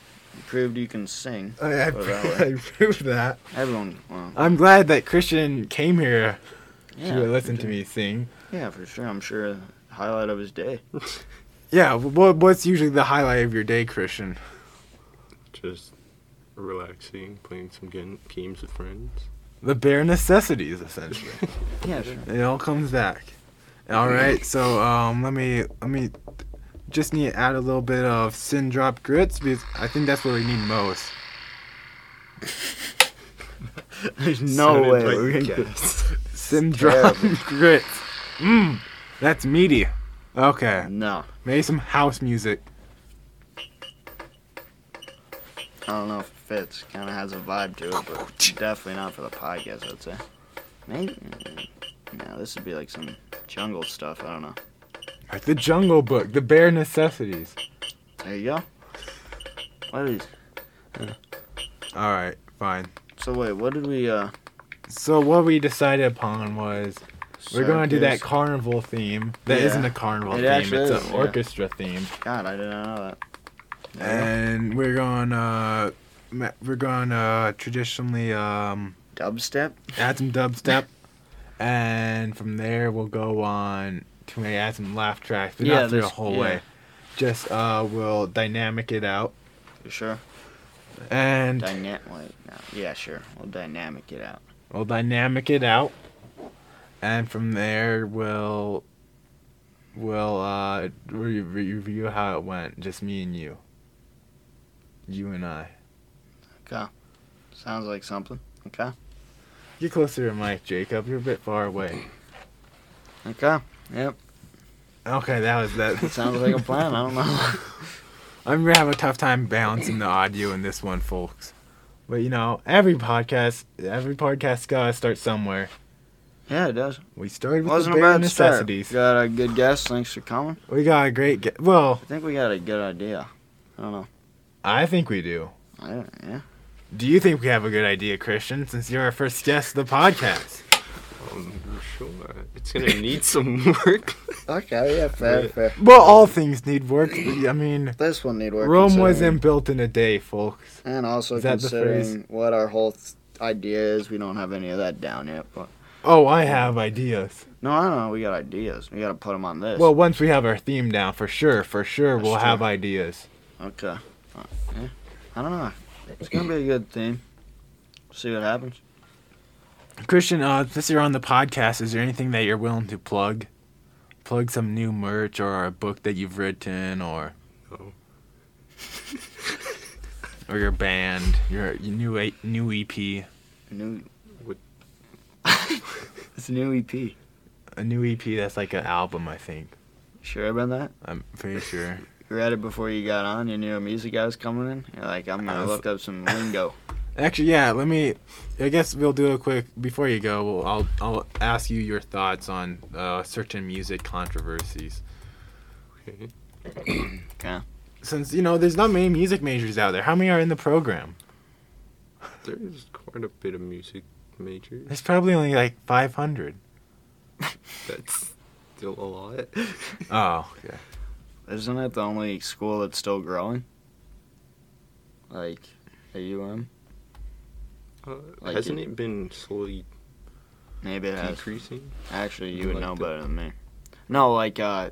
A: proved you can sing.
B: I, I,
A: Oh, that way.
B: I proved that.
A: Everyone, well,
B: I'm glad that Christian came here
A: yeah,
B: to listen
A: for
B: to
A: sure.
B: me sing.
A: Yeah, for sure. I'm sure highlight of his day.
B: Yeah, what, what's usually the highlight of your day, Christian?
D: Just relaxing, playing some gen- games with friends.
B: The bare necessities, essentially.
A: Yeah, sure.
B: It all comes back. All right, so um, let me let me just need to add a little bit of sin drop grits because I think that's what we need most.
A: There's no
D: Sounded
A: way.
D: like
A: we're gonna
D: gas.
B: Sin drop grits. Mmm, that's meaty. Okay,
A: No,
B: maybe some house music.
A: I don't know if it fits. Kind of has a vibe to it, but definitely not for the podcast. I'd say. Maybe. mm, No, this would be like some jungle stuff. I don't know.
B: Like the Jungle Book, the bare necessities.
A: There you go. What is?
B: All right, fine.
A: So wait, what did we? uh
B: So what we decided upon was we're gonna do that
A: circus?
B: carnival theme. That
A: Yeah.
B: not a carnival
A: It
B: theme.
A: actually
B: It's
A: is,
B: an
A: yeah.
B: orchestra theme.
A: God, I didn't know that. There you go.
B: and we're gonna ma- we're gonna traditionally um,
A: Dubstep.
B: add some dubstep, and from there we'll go on to maybe add some laugh tracks, but
A: Yeah,
B: not through the
A: this-
B: whole
A: yeah.
B: way. Just uh, we'll dynamic it out,
A: You sure?
B: and
A: Dynamic. Wait, no. Yeah, sure. We'll dynamic it out.
B: we'll dynamic it out, and from there we'll we'll uh, re- re- review how it went. Just me and you, you and I.
A: Sounds like something. Okay.
B: Get closer to Mike, Jacob. You're a bit far away.
A: Okay. Yep.
B: Okay, that was that.
A: Sounds like a plan. I don't know.
B: I'm gonna have a tough time balancing the audio in this one, folks. But you know, every podcast, every podcast gotta start somewhere.
A: yeah, it does.
B: We started with
A: Wasn't
B: the
A: a
B: bare
A: bad start.
B: necessities.
A: Got a good guess. Thanks for coming.
B: We got a great. Ge- well,
A: I think we got a good idea. I don't know.
B: I think we do.
A: I don't, yeah.
B: Do you think we have a good idea, Christian? Since you're our first guest of the podcast.
D: Um, sure. It's gonna need some work.
A: Okay. Yeah. Fair. Fair.
B: Well, all things need work. but, I mean,
A: This one need work.
B: Rome
A: considering-
B: wasn't built in a day, folks.
A: And also
B: Is that the
A: considering what our whole th- idea is, we don't have any of that down yet. But
B: Oh, I have ideas.
A: no, I don't know. We got ideas. We got to put them on this.
B: Well, once we have our theme down, for sure, for sure, we'll
A: That's
B: have
A: true.
B: ideas.
A: Okay. Uh, yeah. I don't know. It's gonna be a good theme. See what happens.
B: Christian, uh, since you're on the podcast, is there anything that you're willing to plug? Plug some new merch or a book that you've written or
D: No.
B: or your band, your new A- new E EP,
A: New.
D: What-
A: it's a new E EP.
B: a new EP that's like an album, I think.
A: Sure about that?
B: I'm pretty sure.
A: You read it before you got on. You knew a music guy was coming in. You're like, I'm
B: I
A: gonna
B: was-
A: look up some lingo.
B: Actually, yeah. Let me. I guess we'll do a quick before you go. We'll, I'll I'll ask you your thoughts on uh, certain music controversies.
D: Okay.
A: Okay.
B: Since you know, there's not many music majors out there. How many are in the program?
D: There's quite a bit of music majors.
B: There's probably only like 500.
D: That's still a lot.
A: Uh,
B: Oh, okay.
A: Isn't it the only school that's still growing? Like, at UM?
D: Uh,
A: Like
D: hasn't
A: it-
D: it been slowly
A: Maybe it has.
D: decreasing?
A: Actually, you
D: You
A: would
D: like
A: know
D: the-
A: better than me. No, like uh,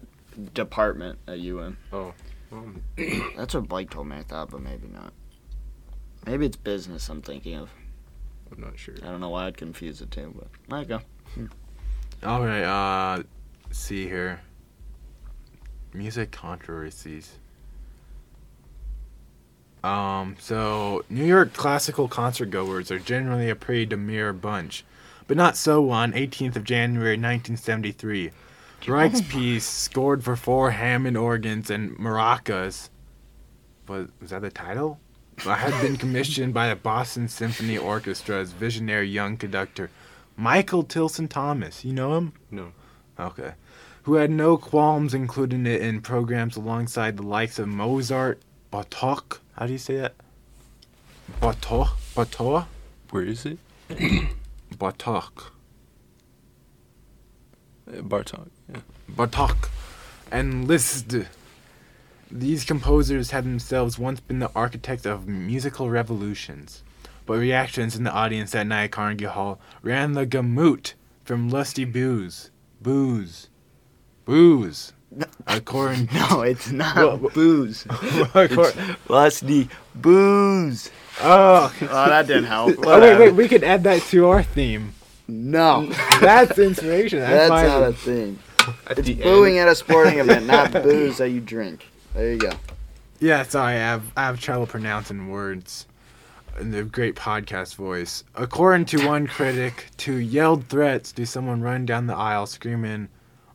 A: department at UM.
D: Um,
A: That's what Blake told me. I thought, but maybe not. Maybe it's business. I'm thinking of.
D: I'm not sure.
A: I don't know why I'd confuse the two, but there you go.
B: All right. Uh, see here. Music controversies. Um. So New York classical concert goers are generally a pretty demure bunch, but not so on 18th of January 1973, Reich's piece scored for four Hammond organs and maracas. Was, was that the title? I had been commissioned by the Boston Symphony Orchestra's visionary young conductor, Michael Tilson Thomas. You know him?
D: No.
B: Okay. Who had no qualms including it in programs alongside the likes of Mozart, Bartok. How do you say that? Bartok? Bartok?
D: Where is it?
B: Bartok. Uh,
D: Bartok. Yeah.
B: Bartok, and Liszt. These composers had themselves once been the architects of musical revolutions, but reactions in the audience that night at Carnegie Hall ran the gamut from lusty booze, booze, booze. According,
A: No, it's not
B: Well, well-
A: booze.
B: according
A: Lusty booze.
B: oh,
A: Oh, that didn't help.
B: oh, wait, wait, we could add that to our theme.
A: No,
B: That's inspiration.
A: that's
B: That's,
A: not
B: my
A: a thing.
D: At
A: It's
D: the
A: booing
D: end,
A: at a sporting event, not booze that you drink. There you go.
B: Yeah, sorry, I have I have trouble pronouncing words in the great podcast voice. According to one critic, to yelled threats to someone running down the aisle screaming,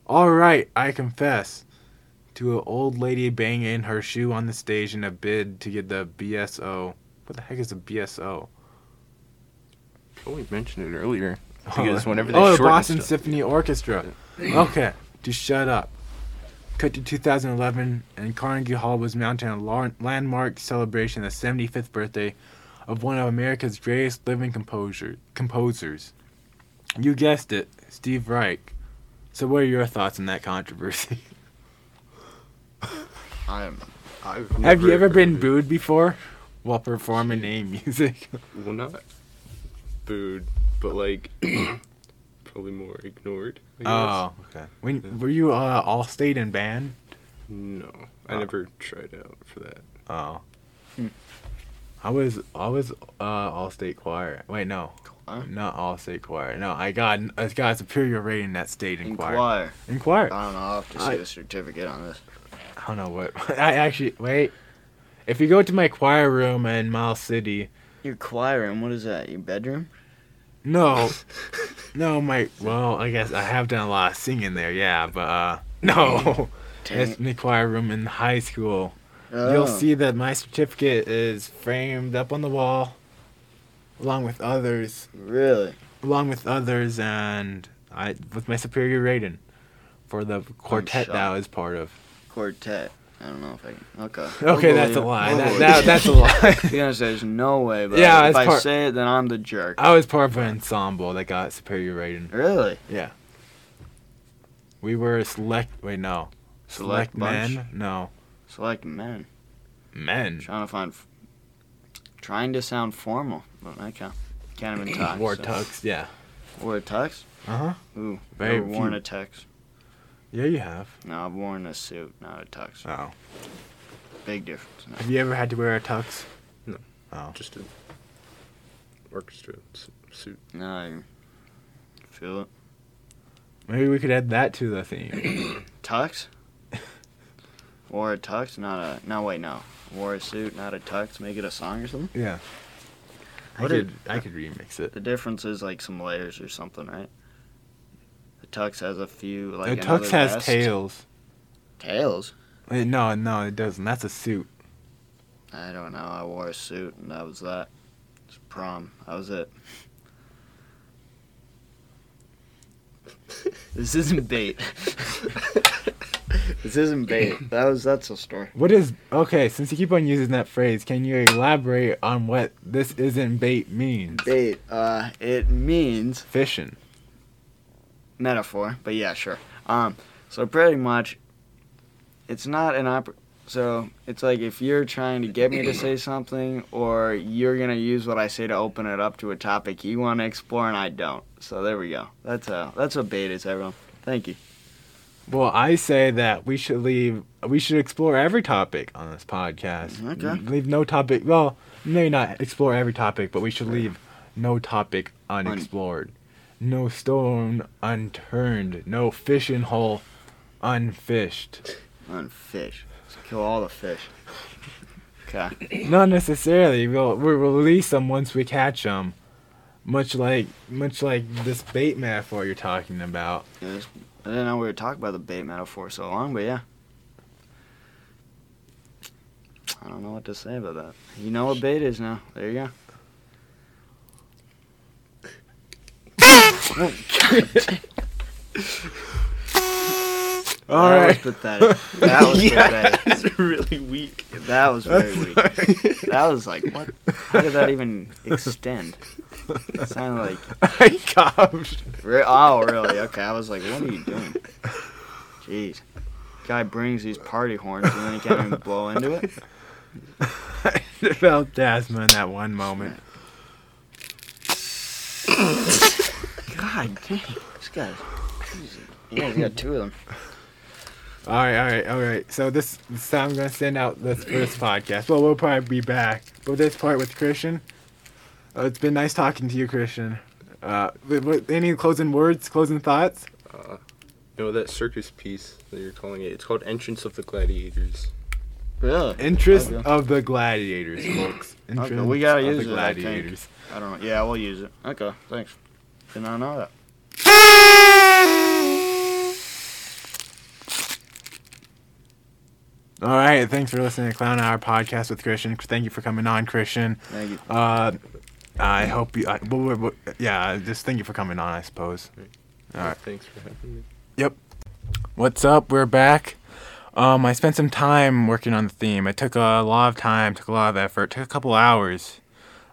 B: All right, I confess to an old lady banging her shoe on the stage in a bid to get the BSO. What the heck is a BSO?
D: Oh, we mentioned it earlier.
B: Oh,
D: Because whenever they
B: oh, the
D: shorten
B: Boston
D: stuff- Mm.
B: Symphony Orchestra. Okay, just shut up. Cut to 2011, and Carnegie Hall was mounting a lar- landmark celebration of the 75th birthday of one of America's greatest living composer- composers. You guessed it, Steve Reich. So, what are your thoughts on that controversy?
A: I'm
D: I've
B: Have you
D: never
B: ever been
D: heard
B: booed before while performing any music?
D: it. Well, not booed, but like probably more ignored. I guess.
B: Oh, okay. When, were you uh, all state and band?
D: No, I
B: Oh.
D: never tried out for that.
B: Oh.
A: Hmm.
B: I was I was uh all state choir. Wait, no.
A: Choir?
B: Not all state choir. No, I got I got a superior rating at state and choir.
A: inquire.
B: In choir.
A: I don't know. I'll have to
B: I-
A: see a certificate on this.
B: I don't know what. I actually wait. If you go to my choir room in Miles City,
A: Your choir room. What is that? Your bedroom?
B: no, no, my well, I guess I have done a lot of singing there, yeah, but uh, no,
A: Dang
B: it's
A: it.
B: in the choir room in high school. You'll
A: Oh.
B: see that my certificate is framed up on the wall, along with others.
A: Really?
B: along with others and I with my superior rating for the quartet that I was part of.
A: Quartet. I don't know if I can. Okay. We'll
B: Okay, that's a
A: believe it.
B: lie.
A: We'll
B: That,
A: believe
B: that,
A: it.
B: that's a lie.
A: You're gonna say there's no way, but
B: Yeah,
A: if
B: it's
A: I
B: part-
A: say it, then I'm the jerk.
B: I was part of an ensemble that got superior rating.
A: Really?
B: We were select. Wait, no.
A: Select bunch?
B: men. No,
A: Select men.
B: men.
A: Trying to find. F- trying to sound formal, but I can't. Can't even talk.
B: Wore
A: so-
B: tux. Yeah.
A: Wore a tux?
B: Uh huh.
A: Ooh.
B: Very
A: Very never worn
B: few.
A: a tux.
B: Yeah, you have.
A: No, I've worn a suit, not a tux.
B: Oh.
A: Big difference. No.
B: Have you ever had to wear a tux?
D: No.
B: Oh.
D: Just a orchestra s- suit.
A: No, I feel it.
B: Maybe we could add that to the theme.
A: Tux? Wore a tux, not a. No, wait, no. Wore a suit, not a tux. Make it a song or something?
B: yeah. I
A: What
B: could.
A: did-
B: I could remix it.
A: The difference is like some layers or something, right? The tux has a few like
B: the
A: another
B: tux has
A: vest.
B: tails.
A: Tails?
B: Wait, no, no, it doesn't. That's a suit.
A: I don't know. I wore a suit and that was that. It's prom. That was it. this isn't bait. this isn't bait. That was that's a story.
B: What is okay? Since you keep on using that phrase, can you elaborate on what this isn't bait means?
A: Bait. Uh, it means
B: Fishing.
A: metaphor, but yeah, sure. Um, so pretty much, it's not an op. So it's like if you're trying to get me to say something, or you're gonna use what I say to open it up to a topic you want to explore, and I don't. So there we go. That's uh that's what bait is, everyone. Thank you.
B: Well, I say that we should leave. We should explore every topic on this podcast.
A: Okay.
B: Leave no topic. Well, maybe not explore every topic, but we should leave no topic unexplored, no stone unturned, no fishing hole unfished.
A: On fish, Let's kill all the fish. Okay.
B: Not necessarily. We'll we'll release them once we catch them. Much like much like this bait metaphor you're talking about.
A: Yes. I didn't know we were talking about the bait metaphor so long, but yeah. I don't know what to say about that. You know what bait is now. There you go.
B: All
A: that
B: right.
A: was pathetic. That was pathetic.
D: That's really weak.
A: That was very weak. That was like what? How did that even extend? It sounded like
B: I coughed.
A: Re- oh, really? Okay. I was like, what are you doing? Jeez. Guy brings these party horns and then he can't even blow into it.
B: I felt asthma in that one moment.
A: God damn. This guy. Yeah, he got two of them.
B: All right, all right, all right. So this, this time I'm gonna send out this first podcast. Well, we'll probably be back, but this part with Christian. Uh, it's been nice talking to you, Christian. Uh, with, with any closing words, closing thoughts?
D: You know that circus piece that you're calling it? It's called Entrance of the Gladiators.
A: Really?
B: Interest
A: Okay.
B: of the gladiators, folks. Interest
A: we gotta
B: of
A: use
B: the
A: it, I think.
B: gladiators.
A: I don't know. Yeah, we'll use it. Okay. Thanks. Did not know that.
B: All right, thanks for listening to Clown Hour podcast with Christian. Thank you for coming on, Christian.
A: Thank you.
B: Uh, I hope you. I, well, well, well, yeah, just thank you for coming on. I suppose. All right.
D: Thanks for having me.
B: What's up? We're back. Um, I spent some time working on the theme. It took a lot of time, took a lot of effort, took a couple hours.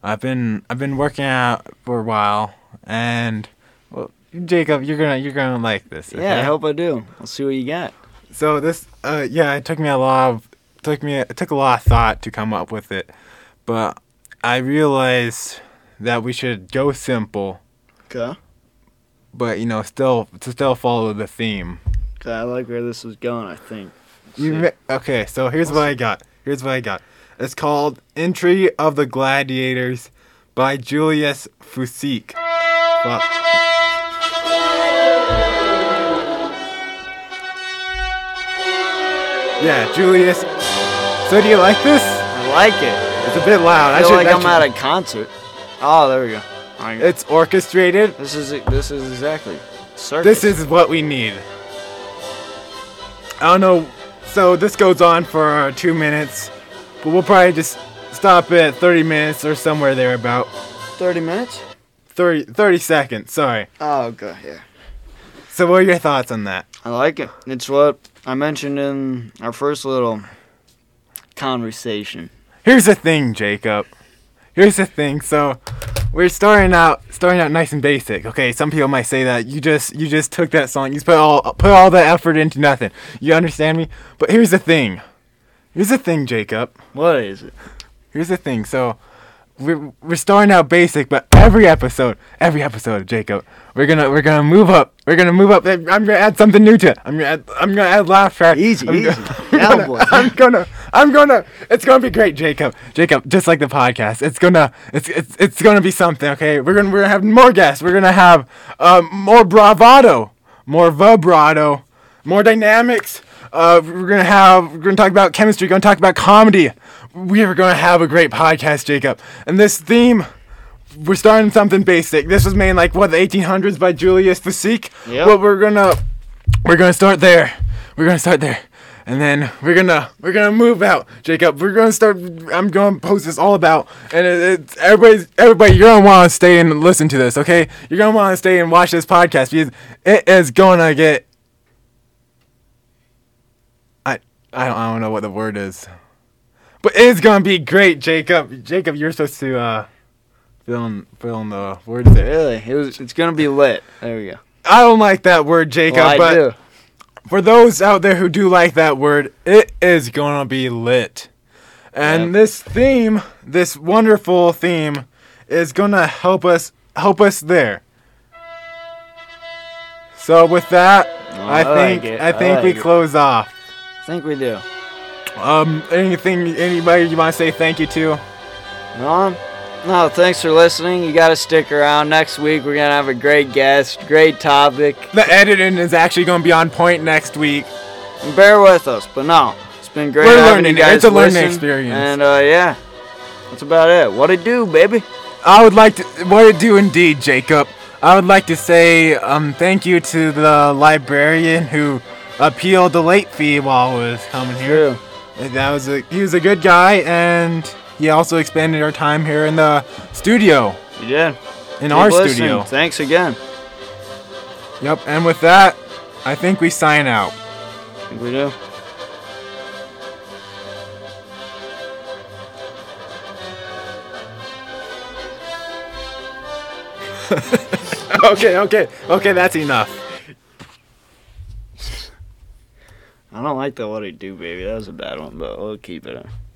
B: I've been I've been working out for a while, and well, Jacob, you're gonna you're gonna like this.
A: Yeah, I
B: okay?
A: hope I do. Let's see what you got.
B: So this, uh, yeah, it took me a lot of took me it took a lot of thought to come up with it, but I realized that we should go simple,
A: Okay.
B: but you know still to still follow the theme.
A: Okay, I like where this was going, I think.
B: You ma- okay? So here's what I got. Here's what I got. It's called "Entry of the Gladiators" by Julius Fusik. Fuck. Yeah, Julius. So do you like this?
A: I like it.
B: It's a bit loud.
A: I
B: I
A: feel
B: should,
A: like
B: I
A: I'm
B: should-
A: at a concert. Oh, there we go. I-
B: It's orchestrated.
A: this is this is exactly circus.
B: This is what we need. I don't know. So this goes on for two minutes, but we'll probably just stop at 30 minutes or somewhere there about
A: 30 minutes.
B: 30, 30 seconds. Sorry.
A: Oh, okay, yeah.
B: So what are your thoughts on that?
A: I like it. It's what I mentioned in our first little conversation.
B: Here's the thing, Jacob. Here's the thing. So we're starting out starting out nice and basic. Okay, some people might say that you just you just took that song, you just put all put all the effort into nothing. You understand me? But here's the thing. Here's the thing, Jacob.
A: What is it?
B: Here's the thing. So we're we're starting out basic, but every episode, every episode, Jacob, we're gonna we're gonna move up. We're gonna move up. I'm gonna add something new to it. I'm gonna add, I'm gonna add laugh track.
A: Easy,
B: I'm
A: easy.
B: Gonna,
A: Cowboy.
B: I'm gonna I'm gonna it's gonna be great, Jacob. Jacob, just like the podcast, it's gonna it's it's, it's gonna be something. Okay, we're gonna we're gonna have more guests. We're gonna have um, more bravado, more vibrato, more dynamics. Uh, we're gonna have we're gonna talk about chemistry. We're gonna talk about comedy. We are gonna have a great podcast, Jacob. And this theme we're starting something basic. This was made in like what the 1800s by Julius Fusik.
A: Yep.
B: But we're gonna we're gonna start there. We're gonna start there, and then we're gonna we're gonna move out, Jacob. We're gonna start. I'm gonna post this all about, and it, it's everybody's everybody. You're gonna want to stay and listen to this, okay? You're gonna want to stay and watch this podcast because it is gonna get. I I don't, I don't know what the word is, but it's gonna be great, Jacob. Jacob, you're supposed to uh, fill in fill in the words there.
A: Really? It was, it's gonna be lit. There we go.
B: I don't like that word, Jacob,
A: Well, I
B: but.
A: do.
B: for those out there who do like that word, it is gonna be lit. And
A: Yep.
B: this theme, this wonderful theme, is gonna help us help us there. So with that, I,
A: Oh, I
B: think
A: like it.
B: I
A: I
B: think
A: like
B: we
A: it.
B: close off.
A: I think we do.
B: Um, anything anybody you want to say thank you to?
A: Um, no, thanks for listening. You gotta stick around. Next week we're gonna have a great guest, great topic.
B: The editing is actually gonna be on point next week.
A: And bear with us, but no, it's been great.
B: We're
A: having
B: learning.
A: You guys
B: It's a learning
A: listen.
B: experience.
A: And uh, yeah, that's about it. What it do, baby?
B: I would like to what to do indeed, Jacob. I would like to say um, thank you to the librarian who appealed the late fee while I was coming here.
A: True.
B: And That was a, he was a good guy, and he also expanded our time here in the studio,
A: You did.
B: in
A: Keep
B: our
A: listening.
B: studio.
A: Thanks again.
B: Yep. And with that, I think we sign out.
A: I think we do.
B: okay. Okay. Okay. That's enough.
A: I don't like the what I do, baby. That was a bad one, but we'll keep it. in.